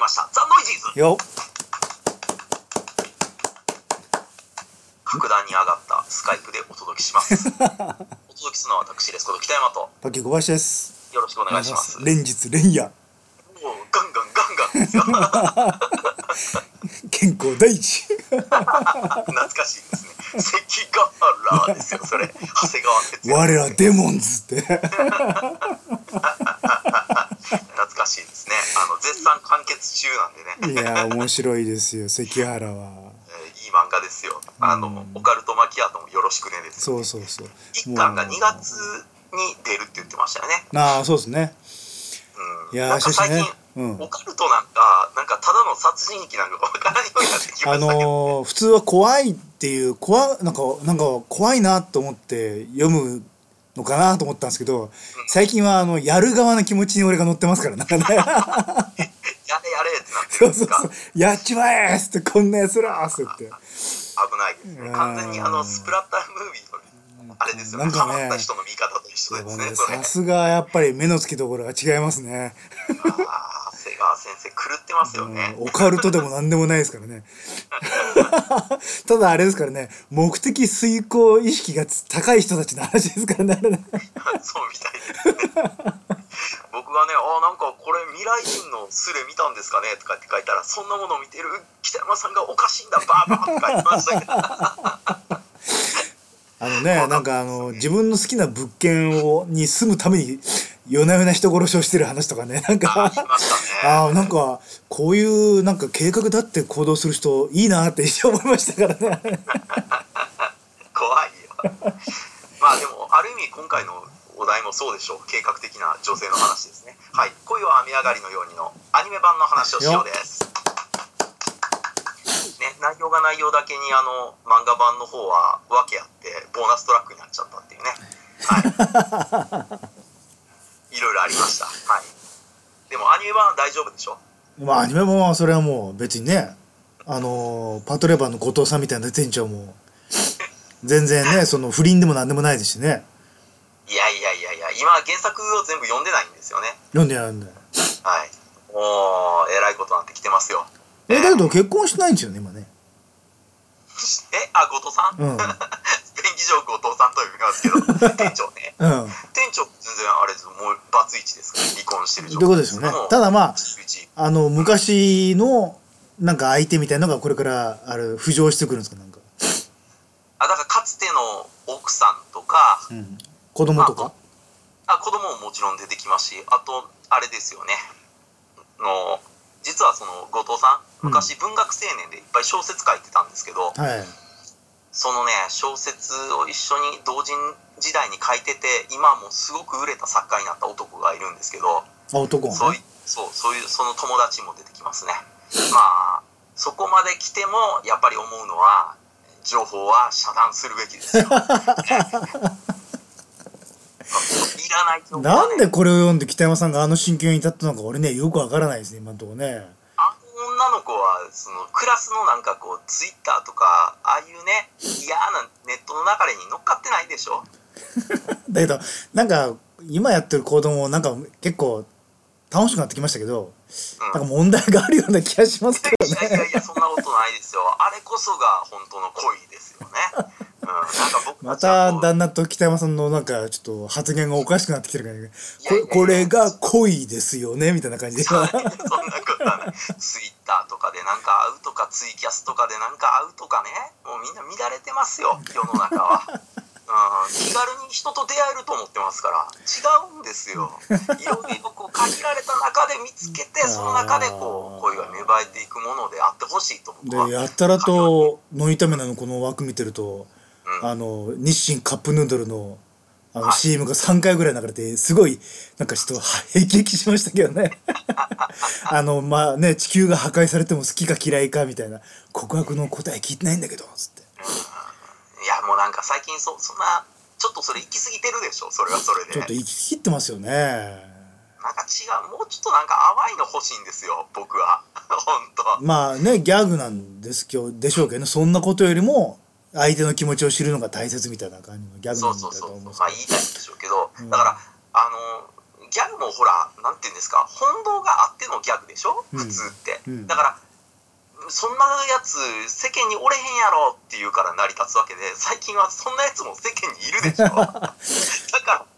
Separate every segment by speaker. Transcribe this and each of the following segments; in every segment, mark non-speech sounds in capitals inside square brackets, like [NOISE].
Speaker 1: ました。ザ・ノイジーズ
Speaker 2: よ
Speaker 1: 格段に上がったスカイプでお届けし
Speaker 2: [LAUGHS]
Speaker 1: ます。お届けするのは私です。こと北山と
Speaker 2: っ竹小林です
Speaker 1: よろしくお願いします。
Speaker 2: 連日連夜
Speaker 1: もうガンガンガンガンですよ。
Speaker 2: 健康第一
Speaker 1: 懐かしいですね。
Speaker 2: [LAUGHS]
Speaker 1: 関ヶ原ですよ。それ長谷川哲也。
Speaker 2: 我らデモンズって
Speaker 1: 懐かしいですね。あの絶賛完結中なんで
Speaker 2: [LAUGHS] い
Speaker 1: ね。
Speaker 2: や面白いですよ関原
Speaker 1: えー
Speaker 2: は
Speaker 1: いい漫画ですよ。あの、オカルトマキアートもよろしくねです。
Speaker 2: そうそうそう
Speaker 1: 一巻が2月に出るって言ってましたよね。
Speaker 2: ああそうですね
Speaker 1: うん
Speaker 2: いやー
Speaker 1: なんか最近
Speaker 2: しかしね、うん
Speaker 1: オカルトなんかなんかただの殺人鬼なんかわからんようになってきま
Speaker 2: あ
Speaker 1: したけど、
Speaker 2: のー普通は怖いっていう怖なんかなんか怖いなと思って読むのかなと思ったんですけど最近はあのやる側の気持ちに俺が乗ってますからなん [LAUGHS] かね
Speaker 1: やれやれってなって
Speaker 2: そ
Speaker 1: るん
Speaker 2: う
Speaker 1: で
Speaker 2: そ
Speaker 1: す
Speaker 2: う
Speaker 1: か
Speaker 2: そうやっちまえっつってこんなやつらっつって
Speaker 1: 危ないですね完全にあのスプラッタームービーのあれですよね
Speaker 2: なんかね
Speaker 1: ハマった人の見方と一緒
Speaker 2: やっ
Speaker 1: で
Speaker 2: ぱ
Speaker 1: す
Speaker 2: ね
Speaker 1: ねそれ
Speaker 2: さすがやっぱり目の付けどころが違いますね
Speaker 1: あー長谷川先生狂ってますよね
Speaker 2: うんオカルトでも何でもないですからね [LAUGHS] ただあれですからね目的遂行意識が高い人たちの話ですからねあれ [LAUGHS] ね
Speaker 1: [LAUGHS] そうみたいですね [LAUGHS] 僕がね「あーなんかこれ未来人のスレ見たんですかね?」とかって書いたら「そんなもの見てる北山さんがおかしいんだバーバー」って書いてましたけど
Speaker 2: あのねなんかあの自分の好きな物件をに住むために夜な夜な人殺しをしてる話とかね [LAUGHS] なん
Speaker 1: あ
Speaker 2: か
Speaker 1: ーいましたね
Speaker 2: ああなんかこういうなんか計画だって行動する人いいなって一瞬思いましたからね
Speaker 1: 怖いよ [LAUGHS] まあでもある意味今回のお題もそうでしょう計画的な女性の話ですねはい「恋は雨上がりのように」のアニメ版の話をしようですね、内容が内容だけにあの漫画版の方は訳あってボーナストラックになっちゃったっていうねはい [LAUGHS] いろいろありましたはいでもアニメ版は大丈夫でしょ
Speaker 2: まあアニメもそれはもう別にねあのパトレバーの後藤さんみたいな店長も全然ねその不倫でも何でもないですしね
Speaker 1: いやいやいやいや今原作を全部読んでないんですよね
Speaker 2: 読んでやるんだよ
Speaker 1: はい。もう、えらいことになってきてますよ。
Speaker 2: えだけど結婚してないんですよね今ね
Speaker 1: え、あ、後藤さん、
Speaker 2: う
Speaker 1: [LAUGHS]
Speaker 2: ん
Speaker 1: 便宜上後藤さんと呼びます
Speaker 2: [LAUGHS]
Speaker 1: けど、店長ね。
Speaker 2: うん
Speaker 1: 店長、全然あれです、もう、バツイチですから、離婚してる
Speaker 2: ということですよね
Speaker 1: もう
Speaker 2: ただまあ
Speaker 1: バツイチ
Speaker 2: あの昔のなんか相手みたいのがこれからあれ浮上してくるんですかなんか、
Speaker 1: あ、だから、かつての奥さんとか、
Speaker 2: うん、子供とか
Speaker 1: あ、子供ももちろん出てきますし、あと、あれですよね。の、実はその、後藤さん、昔、文学青年でいっぱい小説書いてたんですけど、
Speaker 2: はい
Speaker 1: そのね小説を一緒に同人時代に書いてて今はもうすごく売れた作家になった男がいるんですけど、
Speaker 2: あ男
Speaker 1: そ
Speaker 2: は
Speaker 1: うい
Speaker 2: ね
Speaker 1: そうそういうその友達も出てきますねまあそこまで来てもやっぱり思うのは情報は遮断するべき
Speaker 2: [LAUGHS]
Speaker 1: ですよねいらない情報は
Speaker 2: な
Speaker 1: ね
Speaker 2: んでこれを読んで北山さんがあの心境に至ったのか俺ねよくわからないですね今のところね
Speaker 1: あの女の子はそのクラスのなんかこうツイッターとかああいうね嫌なネットの流れに乗っかってないでしょ
Speaker 2: だけどなんか今やってる行動もなんか結構楽しくなってきましたけど、
Speaker 1: うん
Speaker 2: なんか問題があるような気がしますけ
Speaker 1: [LAUGHS]
Speaker 2: ど
Speaker 1: いやいやいや、そんなことないですよ。あれこそが本当の恋ですよね。うん、なんか僕
Speaker 2: ま
Speaker 1: たちは
Speaker 2: た
Speaker 1: こう
Speaker 2: 旦那と北山さんのなんかちょっと発言がおかしくなってきてるからね
Speaker 1: いやいやいや
Speaker 2: ここれが恋ですよねみたいな感じで
Speaker 1: そんなことはない。ツイッターとかでなんか会うとか、ツイキャスとかでなんか会うとかね、もうみんな乱れてますよ、世の中は。うん、気軽に人と出会えると思ってますから違うんですよいろいろこう限られた中で見つけてその中でこう恋が芽生えていくものであってほしいと僕は
Speaker 2: でやたらとノイタメナのこの枠見てると、
Speaker 1: うん
Speaker 2: あの日清カップヌードルのあの
Speaker 1: はい
Speaker 2: CM が3回ぐらい流れてすごいなんかちょっとへきへきしましたけ
Speaker 1: [LAUGHS]
Speaker 2: どねあのまあね地球が破壊されても好きか嫌いかみたいな告白の答え聞いてないんだけどつって
Speaker 1: いやもうなんか最近そそんなちょっとそれ行き過ぎてるでしょそれはそれで
Speaker 2: [LAUGHS] ちょっと行き切ってますよね
Speaker 1: なんか違うもうちょっとなんか淡いの欲しいんですよ僕は [LAUGHS] 本当
Speaker 2: まあねギャグなんですけどでしょうけどねそんなことよりも相手の気持ちを知るのが大切みたいな感じのギャグ
Speaker 1: そ
Speaker 2: な
Speaker 1: うん
Speaker 2: だ
Speaker 1: そうそ
Speaker 2: と
Speaker 1: う
Speaker 2: 思うんです
Speaker 1: まあ言いたいんでしょうけど、だからあのギャグもほらなんて言うんですか本堂があってのギャグでしょ
Speaker 2: うん
Speaker 1: 普通って、
Speaker 2: うん
Speaker 1: だからそんなやつ世間におれへんやろっていうから成り立つわけで最近はそんなやつも世間にいるでし
Speaker 2: [LAUGHS]
Speaker 1: ょだから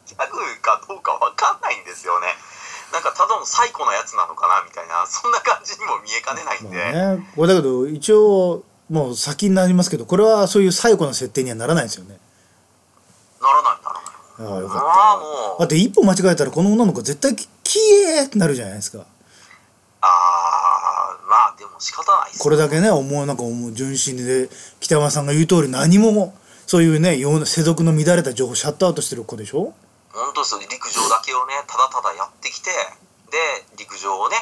Speaker 1: ギャグかどうかわかんないんですよねなんかただの最古のやつなのかなみたいなそんな感じにも見えかねないん
Speaker 2: ま
Speaker 1: で、
Speaker 2: あねこれだけど一応もう先になりますけどこれはそういう最古の設定にはならないですよね
Speaker 1: ならないならない
Speaker 2: ああよ
Speaker 1: まあ
Speaker 2: かっ
Speaker 1: も
Speaker 2: た
Speaker 1: う
Speaker 2: だって一歩間違えたらこの女の子絶対き「きえ!」ってなるじゃないですか
Speaker 1: ああまあでも仕方ないっす
Speaker 2: これだけね思うなんか思う純真で北山さんが言う通り何もそういうね世の世俗の乱れた情報をシャットアウトしてる子でしょ
Speaker 1: 本当ですよ陸上だけをねただただやってきてで陸上をね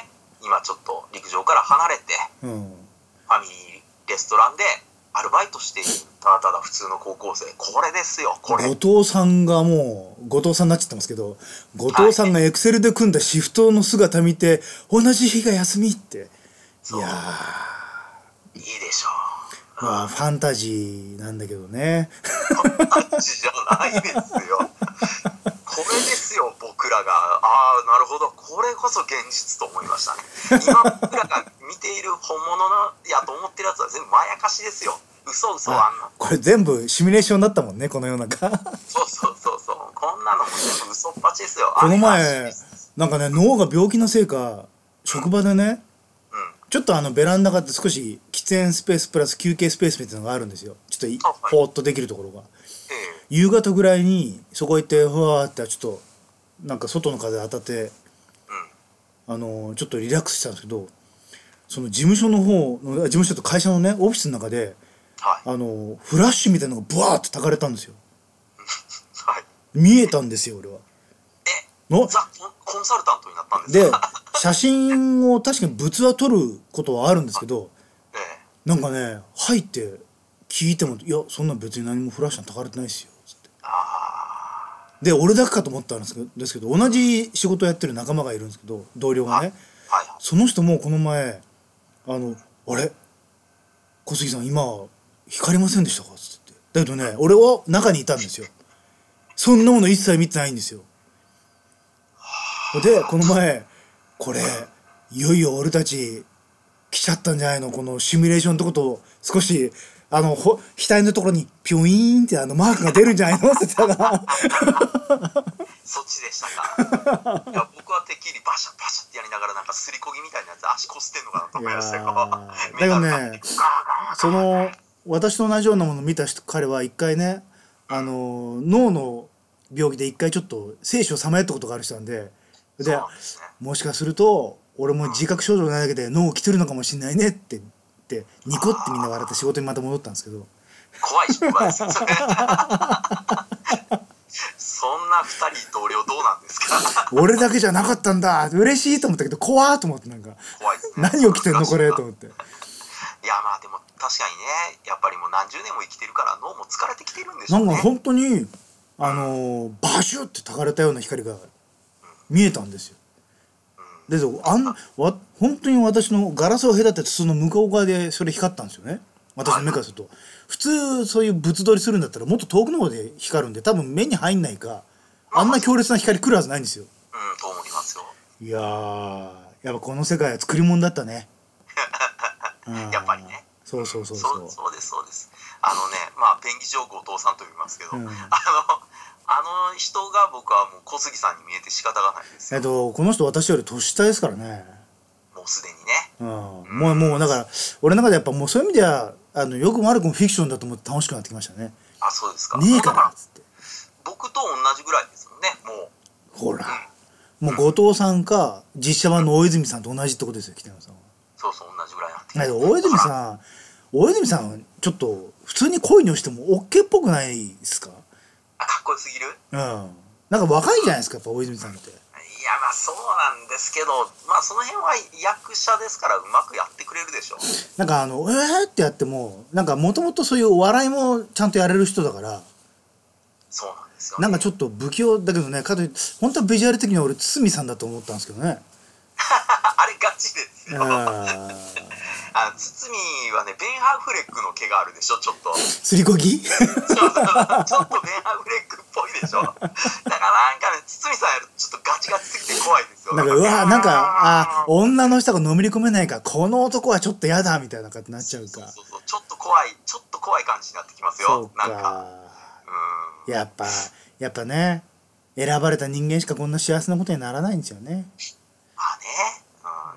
Speaker 1: 今ちょっと陸上から離れて
Speaker 2: うん
Speaker 1: ファミリーレストランでアルバイトしているただただ普通の高校生これですよこれい
Speaker 2: 後藤さんがもう後藤さんになっちゃってますけど後藤さんがエクセルで組んだシフトの姿見て同じ日が休みってい
Speaker 1: そう
Speaker 2: やー
Speaker 1: いでしょ
Speaker 2: まあファンタジーなんだけどね
Speaker 1: う感じじゃないですよこれですよ僕らがああなるほどこれこそ現実と思いましたね今僕らが見ている本物のやと思ってるやつは全部まやかしですよ嘘嘘あんな
Speaker 2: これ全部シミュレーションだったもんねこの世
Speaker 1: [LAUGHS]
Speaker 2: の中
Speaker 1: そうそうそうそう。こんなのも全部嘘っぱちですよ。
Speaker 2: この
Speaker 1: あれ
Speaker 2: 前
Speaker 1: らしいです
Speaker 2: なんかね脳が病気のせいか職場でね
Speaker 1: うん。
Speaker 2: ちょっとあのベランダがあって少し喫煙スペースプラス休憩スペースみたいなのがあるんですよちょっとい
Speaker 1: あはい
Speaker 2: ぽーっとできるところが
Speaker 1: え
Speaker 2: 夕方ぐらいにそこ行ってふわーってちょっとなんか外の風当たって
Speaker 1: えうん。
Speaker 2: あのちょっとリラックスしたんですけどその事務所の方のあ事務所と会社のねオフィスの中で
Speaker 1: はい。
Speaker 2: あのフラッシュみたいなのがブワーってたかれたんですよ
Speaker 1: はい。
Speaker 2: 見えたんですよ俺は
Speaker 1: え、
Speaker 2: の
Speaker 1: ザ・コンコンサルタントになったんです
Speaker 2: で
Speaker 1: か
Speaker 2: 写真を確かに物は撮ることはあるんですけど
Speaker 1: [LAUGHS] え
Speaker 2: なんかね入って聞いても「いやそんな別に何もフラッシュなんてたかれてないですよ」つって
Speaker 1: えあ
Speaker 2: で俺だけかと思ったんですけどですけど同じ仕事をやってる仲間がいるんですけど同僚がね
Speaker 1: あ。はいはい。
Speaker 2: その人もこの前「あのあれ小杉さん今光りませんでしたか?」つってだけどね俺は中にいたんですよそんなもの一切見てないんですよでこの前これいよいよ俺たち来ちゃったんじゃないのこのシミュレーションのとこと少しあのほ額のところにピョイーンってあのマークが出るんじゃないのって言ったら
Speaker 1: そっちでしたか。
Speaker 2: [LAUGHS]
Speaker 1: いや、僕はてっきりバシャバシャってやりながら、なんかすりこぎみたいなやつ、足こすってんのかなと思いましたけど。 [LAUGHS]
Speaker 2: いやー
Speaker 1: 目
Speaker 2: だ
Speaker 1: が
Speaker 2: けど
Speaker 1: ガ
Speaker 2: ね
Speaker 1: ーガー
Speaker 2: その私と同じようなものを見た人彼は一回ねあの脳の病気で一回ちょっと生死をさまよったことがある人なん
Speaker 1: そ
Speaker 2: で
Speaker 1: う
Speaker 2: で
Speaker 1: なんですね。
Speaker 2: もしかすると俺も自覚症状ないだけで脳を来てるのかもしれないねって言ってニコってみんな笑って仕事にまた戻ったんですけど
Speaker 1: 怖い失敗です
Speaker 2: [LAUGHS]
Speaker 1: よそれそんな二人同僚どうなんですか [LAUGHS]
Speaker 2: 俺だけじゃなかったんだ嬉しいと思ったけど怖ーと思ってなんか
Speaker 1: 怖いですね
Speaker 2: 何起きてんのこれと思って
Speaker 1: いやまあでも確かにねやっぱりもう何十年も生きてるから脳も疲れてきてるんでし
Speaker 2: な
Speaker 1: ょうんね
Speaker 2: か本当にあのバシュってたかれたような光が見えたんですよ
Speaker 1: うん
Speaker 2: でそうあんわ本当に私のガラスを隔ててその向こう側でそれ光ったんですよね私の目からすると普通そういう物撮りするんだったらもっと遠くの方で光るんで多分目に入んないかあんな強烈な光来るはずないんですよ
Speaker 1: うんと思いますよ、
Speaker 2: いやーやっぱこの世界は作り物だっ
Speaker 1: [LAUGHS]
Speaker 2: たねうん
Speaker 1: やっぱりね
Speaker 2: そうそうそう
Speaker 1: そう
Speaker 2: そ
Speaker 1: そうですそうですあのねまあ便宜上後藤さんと呼びますけど、
Speaker 2: う
Speaker 1: あ
Speaker 2: ん
Speaker 1: のあの人が僕はもう小杉さんに見えて仕方がないです
Speaker 2: うえっ
Speaker 1: よ
Speaker 2: とこの人私より年下ですからね
Speaker 1: もうすでにね
Speaker 2: うんもうもうだから俺の中でやっぱもうそういう意味ではあのよくも悪くもフィクションだと思って楽しくなってきましたね
Speaker 1: あそうですか
Speaker 2: ねえか
Speaker 1: だ
Speaker 2: らっ
Speaker 1: ら
Speaker 2: つって
Speaker 1: 僕と同じぐらいですもんねもう
Speaker 2: ほら、もう後藤さんか実写版の大泉さんと同じってことですよ北山さんは。
Speaker 1: そうそう同じぐらいになってき
Speaker 2: だ
Speaker 1: て
Speaker 2: けど大泉さん大泉さんちょっと普通に恋に落ちてもオッケーっぽくないですか
Speaker 1: あかっこよすぎる
Speaker 2: うん。なんか若いじゃないですかやっぱ大泉さんって。
Speaker 1: いやまあそうなんですけどまあその辺は役者ですからうまくやってくれるでしょう
Speaker 2: なんかあの「えー!」ってやってもなんかもともとそういうお笑いもちゃんとやれる人だから
Speaker 1: そうなんですよ、ね、
Speaker 2: なんかちょっと不器用だけどねかといって本当はビジュアル的には
Speaker 1: [LAUGHS]
Speaker 2: 俺堤さんだと思ったんですけどね。
Speaker 1: あれガチです
Speaker 2: う
Speaker 1: よ。
Speaker 2: ん
Speaker 1: ああ堤はねベン・ハーフレックの毛があるでしょちょっと [LAUGHS] ち
Speaker 2: すりこぎ
Speaker 1: ょ
Speaker 2: [LAUGHS]
Speaker 1: っとベン・ハーフレックっぽいでしょだからなんかね堤さんやるとちょっとガチガチすぎて怖いですよ
Speaker 2: なんかうわなんかあ女の人がのめり込めないからこの男はちょっとやだみたいな感じになっちゃう
Speaker 1: そう
Speaker 2: か
Speaker 1: そうそうちょっと怖いちょっと怖い感じになってきます
Speaker 2: そう
Speaker 1: よ
Speaker 2: か
Speaker 1: なんかうん
Speaker 2: やっぱやっぱね選ばれた人間しかこんな幸せなことにならないんですよね
Speaker 1: ま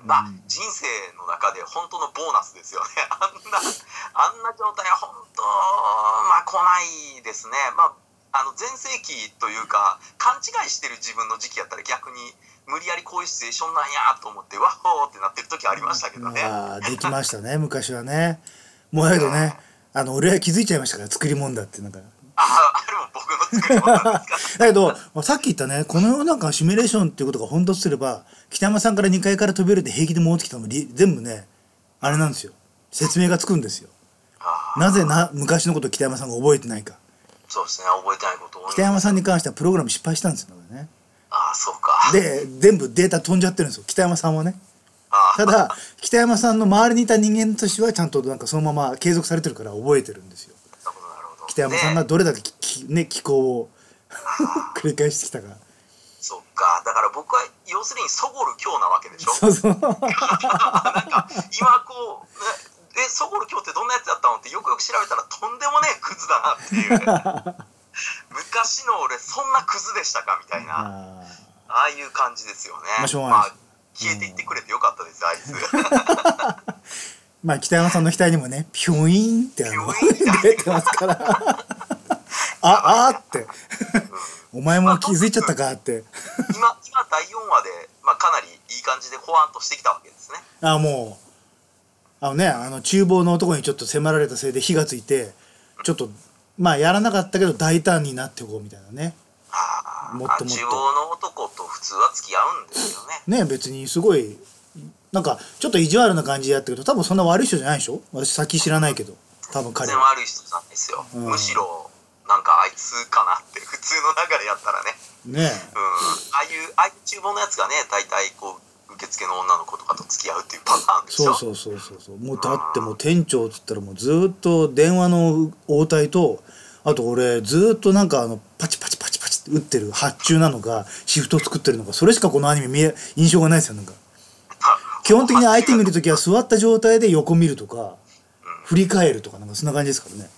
Speaker 1: あね、うん、まあ人生の中で本当のボーナスですよね [LAUGHS] あんなあんな状態は本当まあ来ないですねまああの全盛期というか勘違いしてる自分の時期やったら逆に無理やりこういうシチュエーションなんやと思ってワッホーってなってる時ありましたけどね
Speaker 2: まあできましたね昔はねもうやけどねあの俺は気づいちゃいましたから作り物だってなんか
Speaker 1: ああれも僕の作り物なんですか
Speaker 2: [LAUGHS] だけどさっき言ったねこの世の中のシミュレーションっていうことが本当とすれば北山さんから2階から飛び降りて平気で戻ってきたのもり全部ねあれなんですよ説明がつくんですよ
Speaker 1: ああ
Speaker 2: なぜな昔のことを北山さんが覚えてないか
Speaker 1: そうですね覚えてないこと多い
Speaker 2: 北山さんに関してはプログラム失敗したんですよだからね
Speaker 1: ああそうか
Speaker 2: で全部データ飛んじゃってるんですよ北山さんはね
Speaker 1: あ
Speaker 2: ただ北山さんの周りにいた人間としてはちゃんとなんかそのまま継続されてるから覚えてるんですよ
Speaker 1: なるほどなるほど
Speaker 2: 北山さんが
Speaker 1: ね
Speaker 2: どれだけき、きね、気候を [LAUGHS] 繰り返してきたか
Speaker 1: そっかだから僕は要するにそごる今日なわけでしょ
Speaker 2: そうそう
Speaker 1: な
Speaker 2: [LAUGHS]
Speaker 1: んか今こう「ええソゴル今日ってどんなやつだったの?」ってよくよく調べたらとんでもねえクズだなっていう昔の俺そんなクズでしたかみたいな
Speaker 2: あー
Speaker 1: ああいう感じですよね
Speaker 2: まあしょうがない
Speaker 1: ま
Speaker 2: です
Speaker 1: あ消えていってくれてよかったですあい
Speaker 2: [LAUGHS]
Speaker 1: つ
Speaker 2: まあ北山さんの額にもねピュイーンってあの
Speaker 1: ピュイーン
Speaker 2: 出てますからああーってお前も気づいちゃったかって
Speaker 1: 今今第4話で、まあ、かなりいい感じで保安としてきたわけですね
Speaker 2: あもうあのねあの厨房の男にちょっと迫られたせいで火がついてちょっとまあやらなかったけど大胆になっておこうみたいなね
Speaker 1: ああ
Speaker 2: もっともっと
Speaker 1: 中央の男と普通は付き合うんですよね
Speaker 2: ね別にすごいなんかちょっと意地悪な感じでやったけど多分そんな悪い人じゃないでしょ私先知らないけど多分
Speaker 1: 全
Speaker 2: 彼
Speaker 1: 然
Speaker 2: は
Speaker 1: 悪い人なんですよ、
Speaker 2: うん
Speaker 1: むしろなんかあいつかなって普通の流れやったらね
Speaker 2: ね
Speaker 1: うんああいうああいう厨房のやつがね大体こう受付の女の子とかと付き合うっていうパターンでし
Speaker 2: そ
Speaker 1: ょ
Speaker 2: うそうそうそうそうもうだってもう店長っつったらもうずーっと電話の応対とあと俺ずーっとなんかあのパチパチパチパチって打ってる発注なのかシフト作ってるのかそれしかこのアニメ見え印象がないですよなんか基本的に相手見るときは座った状態で横見るとか振り返るとかなんかそんな感じですからね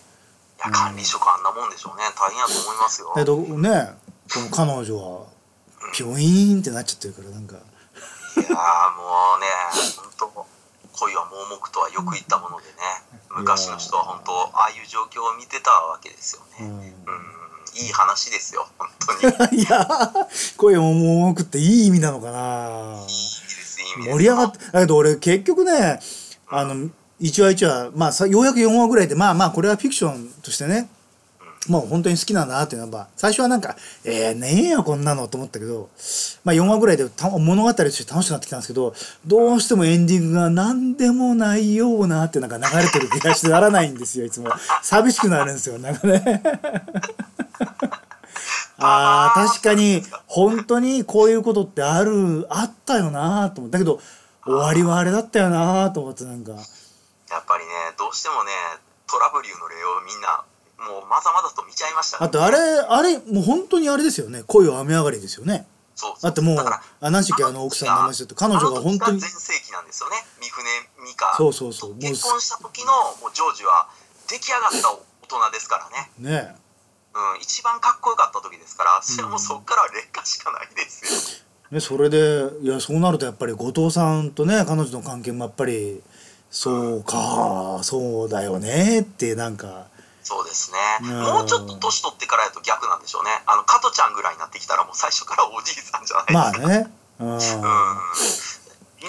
Speaker 1: いや管理職あんなもんでしょうね大変やと思いますよ、
Speaker 2: だけどねこの彼女はピョイーンってなっちゃってるからなん
Speaker 1: い
Speaker 2: か
Speaker 1: やーもうね本当恋は盲目とはよく言ったものでね昔の人は本当ああいう状況を見てたわけですよ
Speaker 2: う
Speaker 1: ね
Speaker 2: ん
Speaker 1: うんいい話ですよ本当
Speaker 2: [LAUGHS]
Speaker 1: にいいで
Speaker 2: いやー声を重くっていい意味なのかな
Speaker 1: すいい意味です
Speaker 2: 盛り上がってだけど俺結局ねあの一話一話、まあ、さようやく4話ぐらいでまあまあこれはフィクションとしてねもう本当に好きなんだなっていうのは最初はなんか「えー、ねえよこんなの」と思ったけど、まあ、4話ぐらいでた物語として楽しくなってきたんですけどどうしてもエンディングが何でもないようなってなんか流れてる気がしてならないんですよいつも寂しくなるんですよなんかねあー確かに本当にこういうことってあるあったよなと思ったけど終わりはあれだったよなと思ってなんか
Speaker 1: やっぱりねどうしてもねトラブリューの例をみんなもうまざまざと見ちゃいましたね
Speaker 2: あとあれあれもう本当にあれですよね恋は雨上がりですよね
Speaker 1: そうそう
Speaker 2: だってもう
Speaker 1: だから
Speaker 2: あ何しきあの奥さんの名前してた彼女が本当に
Speaker 1: 全盛期なんですよね三船美香
Speaker 2: そうそうそうもう
Speaker 1: 結婚した時のもうジョージは出来上がった大人ですからね、
Speaker 2: ね
Speaker 1: うん、一番かっこよかった時ですからそれはもうそっからは劣化しかないですよ、
Speaker 2: ねそれでいやそうなるとやっぱり後藤さんとね彼女の関係もやっぱりそうかそうだよねってなんか
Speaker 1: そうですね、
Speaker 2: うん
Speaker 1: もうちょっと年取ってからやと逆なんでしょうねあの加トちゃんぐらいになってきたらもう最初からおじいさんじゃないですか、
Speaker 2: まあねう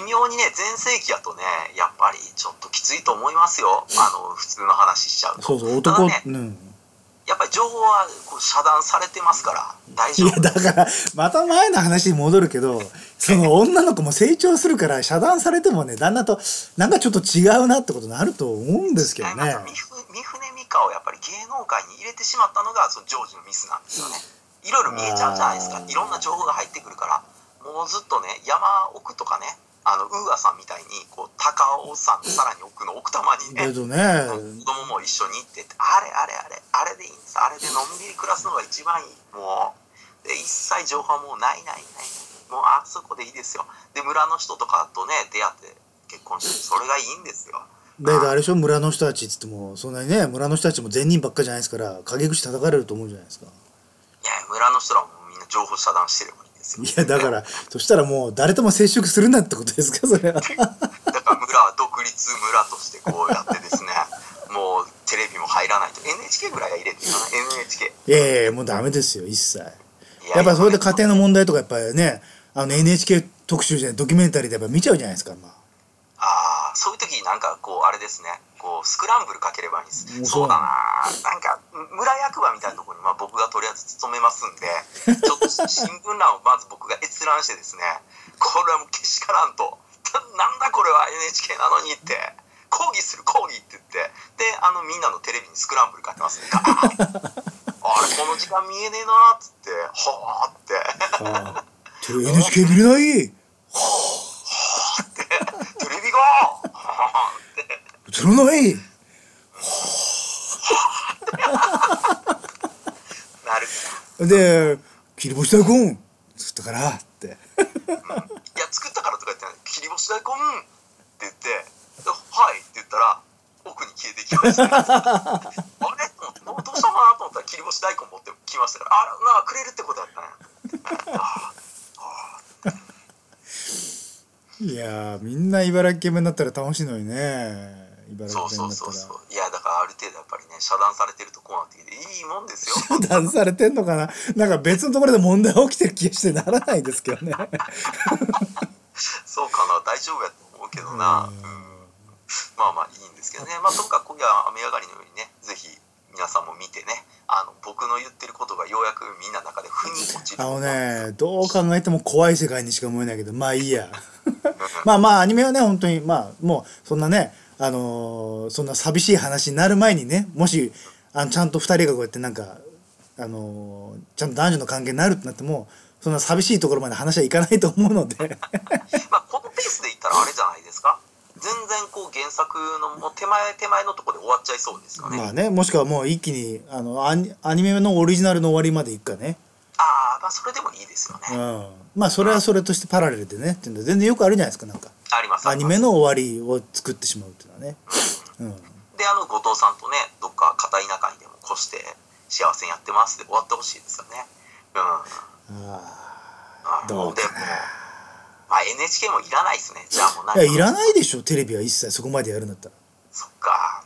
Speaker 1: 微
Speaker 2: ん
Speaker 1: 妙にね全盛期やとねやっぱりちょっときついと思いますよあの普通の話しちゃうと
Speaker 2: そうそう男、
Speaker 1: ただね
Speaker 2: うん
Speaker 1: やっぱり情報はこう遮断されてますから大
Speaker 2: い
Speaker 1: 丈
Speaker 2: や
Speaker 1: 夫
Speaker 2: だからまた前の話に戻るけどその女の子も成長するから遮断されてもね旦那となんかちょっと違うなってことになると思うんですけど
Speaker 1: い
Speaker 2: ね
Speaker 1: やなんか三船三船美香をやっぱり芸能界に入れてしまったのがそのジョージのミスなんですよねいろいろ見えちゃうじゃないですか
Speaker 2: あー
Speaker 1: いろんな情報が入ってくるからもうずっとね山奥とかねああのウーアさんみたいにこう高尾山のさらに奥の奥多摩にね
Speaker 2: けどね
Speaker 1: うん子供も一緒に行ってってあれあれあれあれでいいんですあれでのんびり暮らすのが一番いいもうで一切情報はもうないないないないもうあそこでいいですよで村の人とかとね出会って結婚してそれがいいんですよ
Speaker 2: だけどあれでしょ村の人たちっつってもそんなにね村の人たちも善人ばっかじゃないですから陰口叩かれると思うじゃないですか
Speaker 1: いや村の人らもみんな情報遮断してればいいんですよ
Speaker 2: いやだからそしたらもう誰とも接触するなってことですかそ [LAUGHS] れ
Speaker 1: だ
Speaker 2: は
Speaker 1: から村は独立村としてこうやってですね [LAUGHS] もうテレビも入らないと NHK ぐらいは入れていいかな NHK
Speaker 2: いやいやもうダメですよ一切
Speaker 1: いや
Speaker 2: やっぱそれで家庭の問題とかやっぱりねあの NHK 特集じゃないドキュメンタリーでやっぱ見ちゃうじゃないですかまあ
Speaker 1: ああそういう時になんかこうあれですねこうスクランブルかければいいんです
Speaker 2: もうそ
Speaker 1: そううだななんか村役場みたいなところにまあ僕がとりあえず勤めますんでちょっと新聞欄をまず僕が閲覧してですねこれはもうけしからんとたなんだこれは NHK なのにって抗議する抗議って言ってであのみんなのテレビにスクランブルかけますねガーッあれこの時間見えねえなーっつってはあって
Speaker 2: ああ NHK 見れない
Speaker 1: テレビがーはあって
Speaker 2: 映らない
Speaker 1: なるから
Speaker 2: で「切り干し大根」つったからって
Speaker 1: いや作ったからとか言ってない切り干し大根って言ってではいって言ったら奥に消えていきましたあれと思ってどうしたのかなと思ったら切り干し大根持ってきましたからあらなあくれるってことやったんや
Speaker 2: いやーみんな茨城県民になったら楽しいのにね茨
Speaker 1: そ
Speaker 2: 城
Speaker 1: う
Speaker 2: 県
Speaker 1: そう
Speaker 2: 民だった
Speaker 1: そうそ
Speaker 2: ら
Speaker 1: ういやだからある程度やっぱりね遮断されてるとこうなってきていいもんですよ
Speaker 2: [LAUGHS] 遮断されてんのかななんか別のところで問題起きてる気がしてならないですけどね
Speaker 1: そうかな大丈夫やと思うけどな、うんまあまあいいんですけどね、まあ、とにかく今夜は雨上がりのようにねぜひ皆さんも見てねあの僕の言ってることがようやくみんなの中で腑に落ちる
Speaker 2: あのねどう考えても怖い世界にしか思えないけどまあいいや [LAUGHS] まあまあアニメはね本当にまあもうそんなねあのーそんな寂しい話になる前にねもしあのちゃんと2人がこうやってなんかあのーちゃんと男女の関係になるってなってもそんな寂しいところまで話はいかないと思うので。
Speaker 1: まあ、このペースでいったらあれじゃないですか全然こう原作のもう手前手前のとこで終わっちゃいそうですよね、
Speaker 2: まあねもしくはもう一気にあのアニアニメのオリジナルの終わりまでいくかね、
Speaker 1: ああまあそれでもいいですよ
Speaker 2: う
Speaker 1: ね、
Speaker 2: ん、まあそれはそれとしてパラレルでねっていうのは全然よくあるじゃないですかなんか
Speaker 1: あります
Speaker 2: ア
Speaker 1: あり
Speaker 2: ニ
Speaker 1: ます
Speaker 2: メの終わりを作ってしまうっていうのはね、うん、
Speaker 1: であの後藤さんとねどっか片田舎にでも越して幸せにやってますで終わってほしいですよねうん
Speaker 2: あ
Speaker 1: あ
Speaker 2: どうか
Speaker 1: でもまあ NHK もいらないですねじゃあもう
Speaker 2: あいやいら
Speaker 1: い
Speaker 2: ないでしょテレビは一切そこまでやるんだったら
Speaker 1: そっか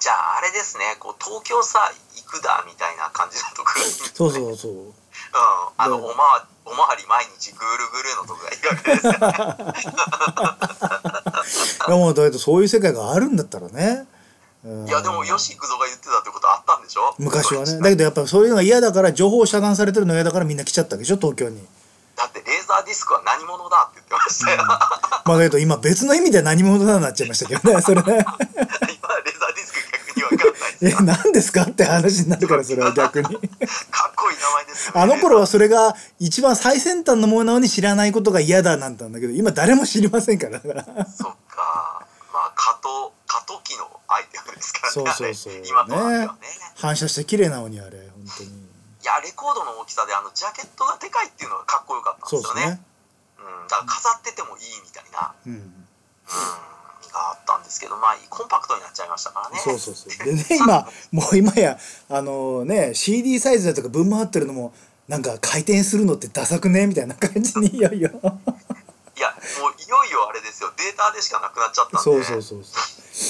Speaker 1: じゃああれですねこう東京さ行くだみたいな感じのとこがいいですね
Speaker 2: そうそうそう
Speaker 1: うん、あの、
Speaker 2: うん
Speaker 1: おまわおまわり毎日ぐるぐるのとこがいいわけですよ。
Speaker 2: いやもうだけどそういう世界があるんだったらね、うん
Speaker 1: いやでもよし行くぞが言ってたってことあったんでしょ
Speaker 2: 昔はねだ
Speaker 1: だ
Speaker 2: けどやっぱそういうのが嫌だから情報を遮断されてるのが嫌だからみんな来ちゃったわけでしょ東京に
Speaker 1: だってレーザーディスクは何者だって言ってましたよ、
Speaker 2: まあだけど今別の意味で何者だになっちゃいましたけ [LAUGHS] どねそれね
Speaker 1: [LAUGHS] 今レーザーディスク逆に分かんないです
Speaker 2: え
Speaker 1: よ
Speaker 2: 何ですかって話になるからそれは逆に
Speaker 1: かっこいい名前ですよね
Speaker 2: あの頃はそれが一番最先端のものなのに知らないことが嫌だなんてなんだけど今誰も知りませんからだから
Speaker 1: そっかまあ加藤加藤機のアイテムですからね
Speaker 2: そうそうそう
Speaker 1: あれ今となってはね
Speaker 2: 反射して綺麗なのにあれ本当に
Speaker 1: いやレコードの大きさであのジャケットがでかいっていうのがかっこよかったん
Speaker 2: そう
Speaker 1: です
Speaker 2: で
Speaker 1: よ
Speaker 2: す
Speaker 1: ね
Speaker 2: ね
Speaker 1: うん、だから飾っててもいいみたいな
Speaker 2: うん
Speaker 1: があったんですけど、まあ、コンパクトになっちゃいましたからね。
Speaker 2: そうそうそうでね今もう今やあのね CD サイズだとか分回ってるのもなんか回転するのってダサくねみたいな感じ [LAUGHS] にいよいよ
Speaker 1: いや、もういよいよあれですよ、データでしかなくなっちゃったんで、
Speaker 2: そうそうそうそ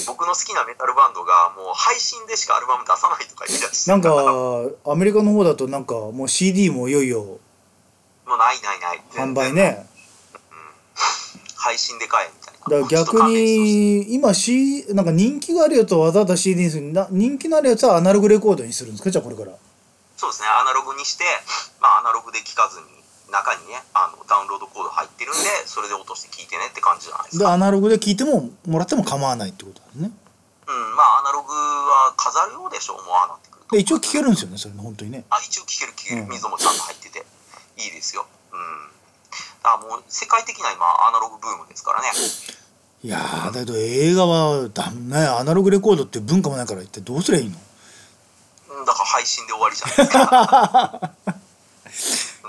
Speaker 2: う
Speaker 1: 僕の好きなメタルバンドが、もう配信でしかアルバム出さないとか言い出して
Speaker 2: なんか
Speaker 1: も
Speaker 2: アメリカの方だとなんかもう CD もいよいよ
Speaker 1: うないないない。
Speaker 2: 販売。ね
Speaker 1: 配信で買えみたい
Speaker 2: だ
Speaker 1: な。
Speaker 2: から逆に今、C、なんか人気があるやつをわざわざ CD にするな人気のあるやつはアナログレコードにするんですかじゃあこれから
Speaker 1: そうですね、アナログにして、まあ、アナログで聞かずに、中にね、あのダウンロードコード入ってるんで、それで落として聞いてねって感じじゃないです
Speaker 2: で
Speaker 1: か。
Speaker 2: アナログで聞いてももらっても構わないってことですね
Speaker 1: うん、まあ、アナログは飾るようでしょう、もうああなってくると。
Speaker 2: で一応聞けるんですよねそれね本当にね
Speaker 1: あ一応聞ける聞ける
Speaker 2: うん
Speaker 1: 水もちゃんと入ってて、いいですようんあもう世界的な今アナログブームです
Speaker 2: [LAUGHS]
Speaker 1: からね
Speaker 2: いやーだけど映画はだねアナログレコードって文化もないから一体どうすりゃいいの [LAUGHS]
Speaker 1: うんだから配信で終わりじゃないですか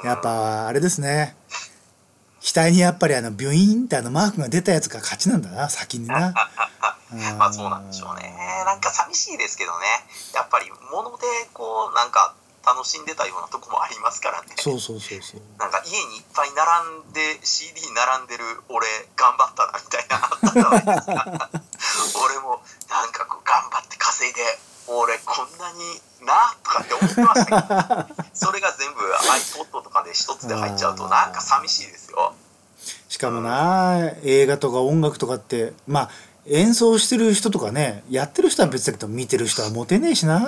Speaker 2: やっぱあれですね額にやっぱりあのビュインってあのマークが出たやつが勝ちなんだな先になうん
Speaker 1: [LAUGHS] まあそうなんでしょうねなんか寂しいですけどねやっぱり物でこうなんか楽しんでたようなとこもありますからね
Speaker 2: そうそうそうそう
Speaker 1: なんか家にいっぱい並んで CD 並んでる俺頑張ったなみたいなのあったじゃないです
Speaker 2: [LAUGHS]
Speaker 1: か俺もなんかこう頑張って稼いで俺こんなになとかって思ってましたけどそれが全部 iPod とかで一つで入っちゃうとなんか寂しいですよ
Speaker 2: しかもな映画とか音楽とかってまあ演奏してる人とかねやってる人は別だけど見てる人はモテねえしな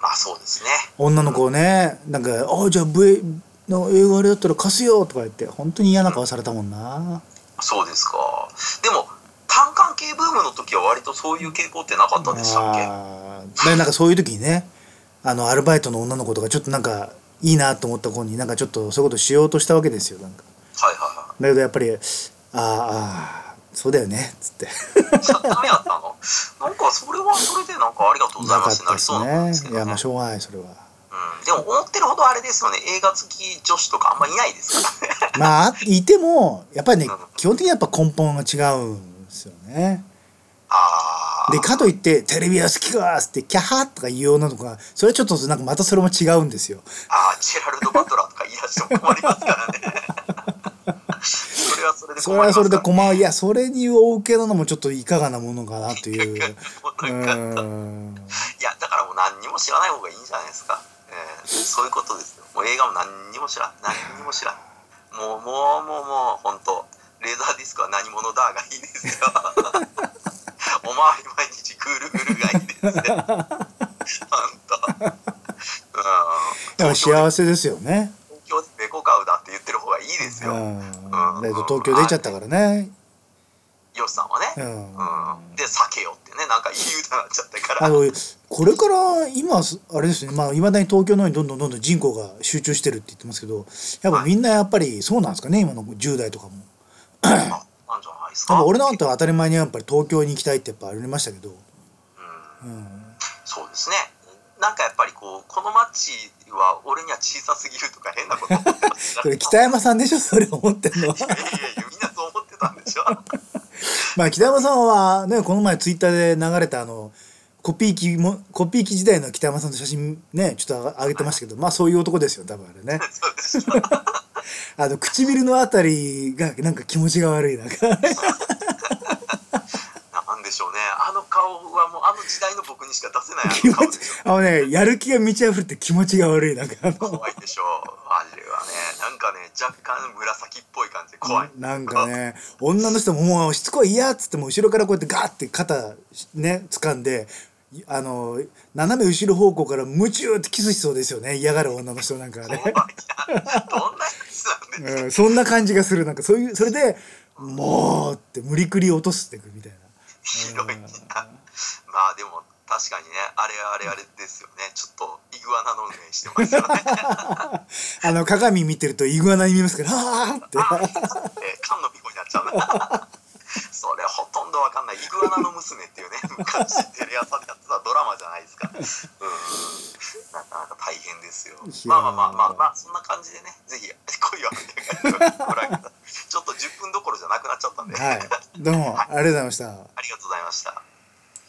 Speaker 1: まあそうですね
Speaker 2: 女の子をねなんか「あじゃあ V の映画あれだったら貸すよ」とか言って本当に嫌な顔されたもんな
Speaker 1: そうですかでも単管系ブームの時は割とそういう傾向ってなかったでしたっけ
Speaker 2: あーでなんかそういう時にねあのアルバイトの女の子とかちょっとなんかいいなと思った子になんかちょっとそういうことしようとしたわけですよなんか
Speaker 1: はいは
Speaker 2: だけどやっぱり「あーあーそうだよね」っつって
Speaker 1: いはい。じゃあダメやった
Speaker 2: [LAUGHS]
Speaker 1: の。なんかそれはそれでなんかありがとうござい
Speaker 2: な
Speaker 1: ま
Speaker 2: か
Speaker 1: す
Speaker 2: っ
Speaker 1: って
Speaker 2: た
Speaker 1: な
Speaker 2: で
Speaker 1: り
Speaker 2: す
Speaker 1: そうなんです
Speaker 2: [LAUGHS]
Speaker 1: け
Speaker 2: ねい
Speaker 1: ど
Speaker 2: やま
Speaker 1: ね
Speaker 2: あ。しょうがないそれは。
Speaker 1: うん、でも思ってるほどあれですよね。映画好き女子とかあんまいないですからね。
Speaker 2: まあいてもやっぱりね
Speaker 1: うん
Speaker 2: 基本的にやっぱ根本が違うんですよね。
Speaker 1: ああ。
Speaker 2: でかといって「テレビは好きか!」っつって「キャハ!」とか言う女の子がそれはちょっとなんかまたそれも違うんですよ。
Speaker 1: ああ、ジェラルド・バトラーとか言い出しても困りますからね。
Speaker 2: [LAUGHS]
Speaker 1: それはそれで
Speaker 2: そ
Speaker 1: 困りま
Speaker 2: れは
Speaker 1: すから
Speaker 2: それ
Speaker 1: ね、
Speaker 2: で困るいやそれにお受けなのもちょっといかがなものかなという。
Speaker 1: [LAUGHS]
Speaker 2: うーん
Speaker 1: いや、だからもう何にも知らない方がいいんじゃないですか。えーそういうことですよ。もう映画も何にも知らん。何にも知らん。もう、もう、もう、もう、本当レーザーディスクは何者だがいいですよ。おまわり毎日ぐるぐるがいいですよ。本当。うん。
Speaker 2: でも
Speaker 1: 東
Speaker 2: 幸せですよね。
Speaker 1: 京でベコ買うだって言ってる方がいいです
Speaker 2: う
Speaker 1: よ。
Speaker 2: んだけど東京出ちゃったからね。
Speaker 1: ヨシさんは
Speaker 2: う
Speaker 1: ね。
Speaker 2: ん
Speaker 1: うん。で、避けよってね、なんかいい歌になっちゃったから。
Speaker 2: あのこれから今あれですねまあいまだに東京の方にどんどんどんどん人口が集中してるって言ってますけどやっぱみんなやっぱりそうなんですかね今の10代とかも。
Speaker 1: あなんじゃないです
Speaker 2: 多
Speaker 1: か。
Speaker 2: 分俺なんて当たり前にやっぱり東京に行きたいってやっぱありましたけど、
Speaker 1: うん
Speaker 2: うん、
Speaker 1: そうですね。なんかやっぱりこう、この街は俺には小さすぎるとか変なこと思ってます
Speaker 2: [LAUGHS]
Speaker 1: から。
Speaker 2: そ
Speaker 1: い
Speaker 2: れ北山さんでしょそれ思ってんのは
Speaker 1: やいやいや、みんなそう思ってたんでしょ。
Speaker 2: まあ北山さんはねこの前ツイッターで流れたあのコピー機もコピー機時代の北山さんの写真ねちょっと上げてましたけどまあそういう男ですよ多分あれね
Speaker 1: そうでしょ。
Speaker 2: あの唇のあたりがなんか気持ちが悪いなんか [LAUGHS]
Speaker 1: なんでしょうね。あの顔はもうあの時代の僕にしか出せないあ
Speaker 2: 気
Speaker 1: の
Speaker 2: 持
Speaker 1: 顔で
Speaker 2: ち
Speaker 1: し
Speaker 2: あのねやる気が満ち溢れて気持ちが悪いなんかあ
Speaker 1: ょ。
Speaker 2: の
Speaker 1: 怖いでしょう。あれはね、なんかね、若干紫っぽい感じで怖い。
Speaker 2: なんかね女の人ももうしつこい嫌っつっても後ろからこうやってガーって肩ね掴んでいあの斜め後ろ方向から夢中ってキスしそうですよね嫌がる女の人なんかはね
Speaker 1: 怖い、な。どんなやつなんで。
Speaker 2: うん、そんな感じがするなんかそういうそれで「もう」って無理くり落としていくみたいな
Speaker 1: 広いな。まあでも確かにね、あれあれあれですよね。ちょっとイグアナの運営してますよね。
Speaker 2: あの鏡見てるとイグアナに見えますから「ああ」って
Speaker 1: あえー缶のピコになっちゃうな [LAUGHS] それほとんどわかんないイグアナの娘っていうね [LAUGHS] 昔テレ朝でやってたドラマじゃないですかうーんなかなか大変ですよ
Speaker 2: いや
Speaker 1: まあ
Speaker 2: ー
Speaker 1: まあまあまあまあそんな感じでねぜひ恋はご覧くださいちょっと10分どころじゃなくなっちゃったんで、 [LAUGHS]
Speaker 2: はいどうもありがとうございました。
Speaker 1: ありがとうございます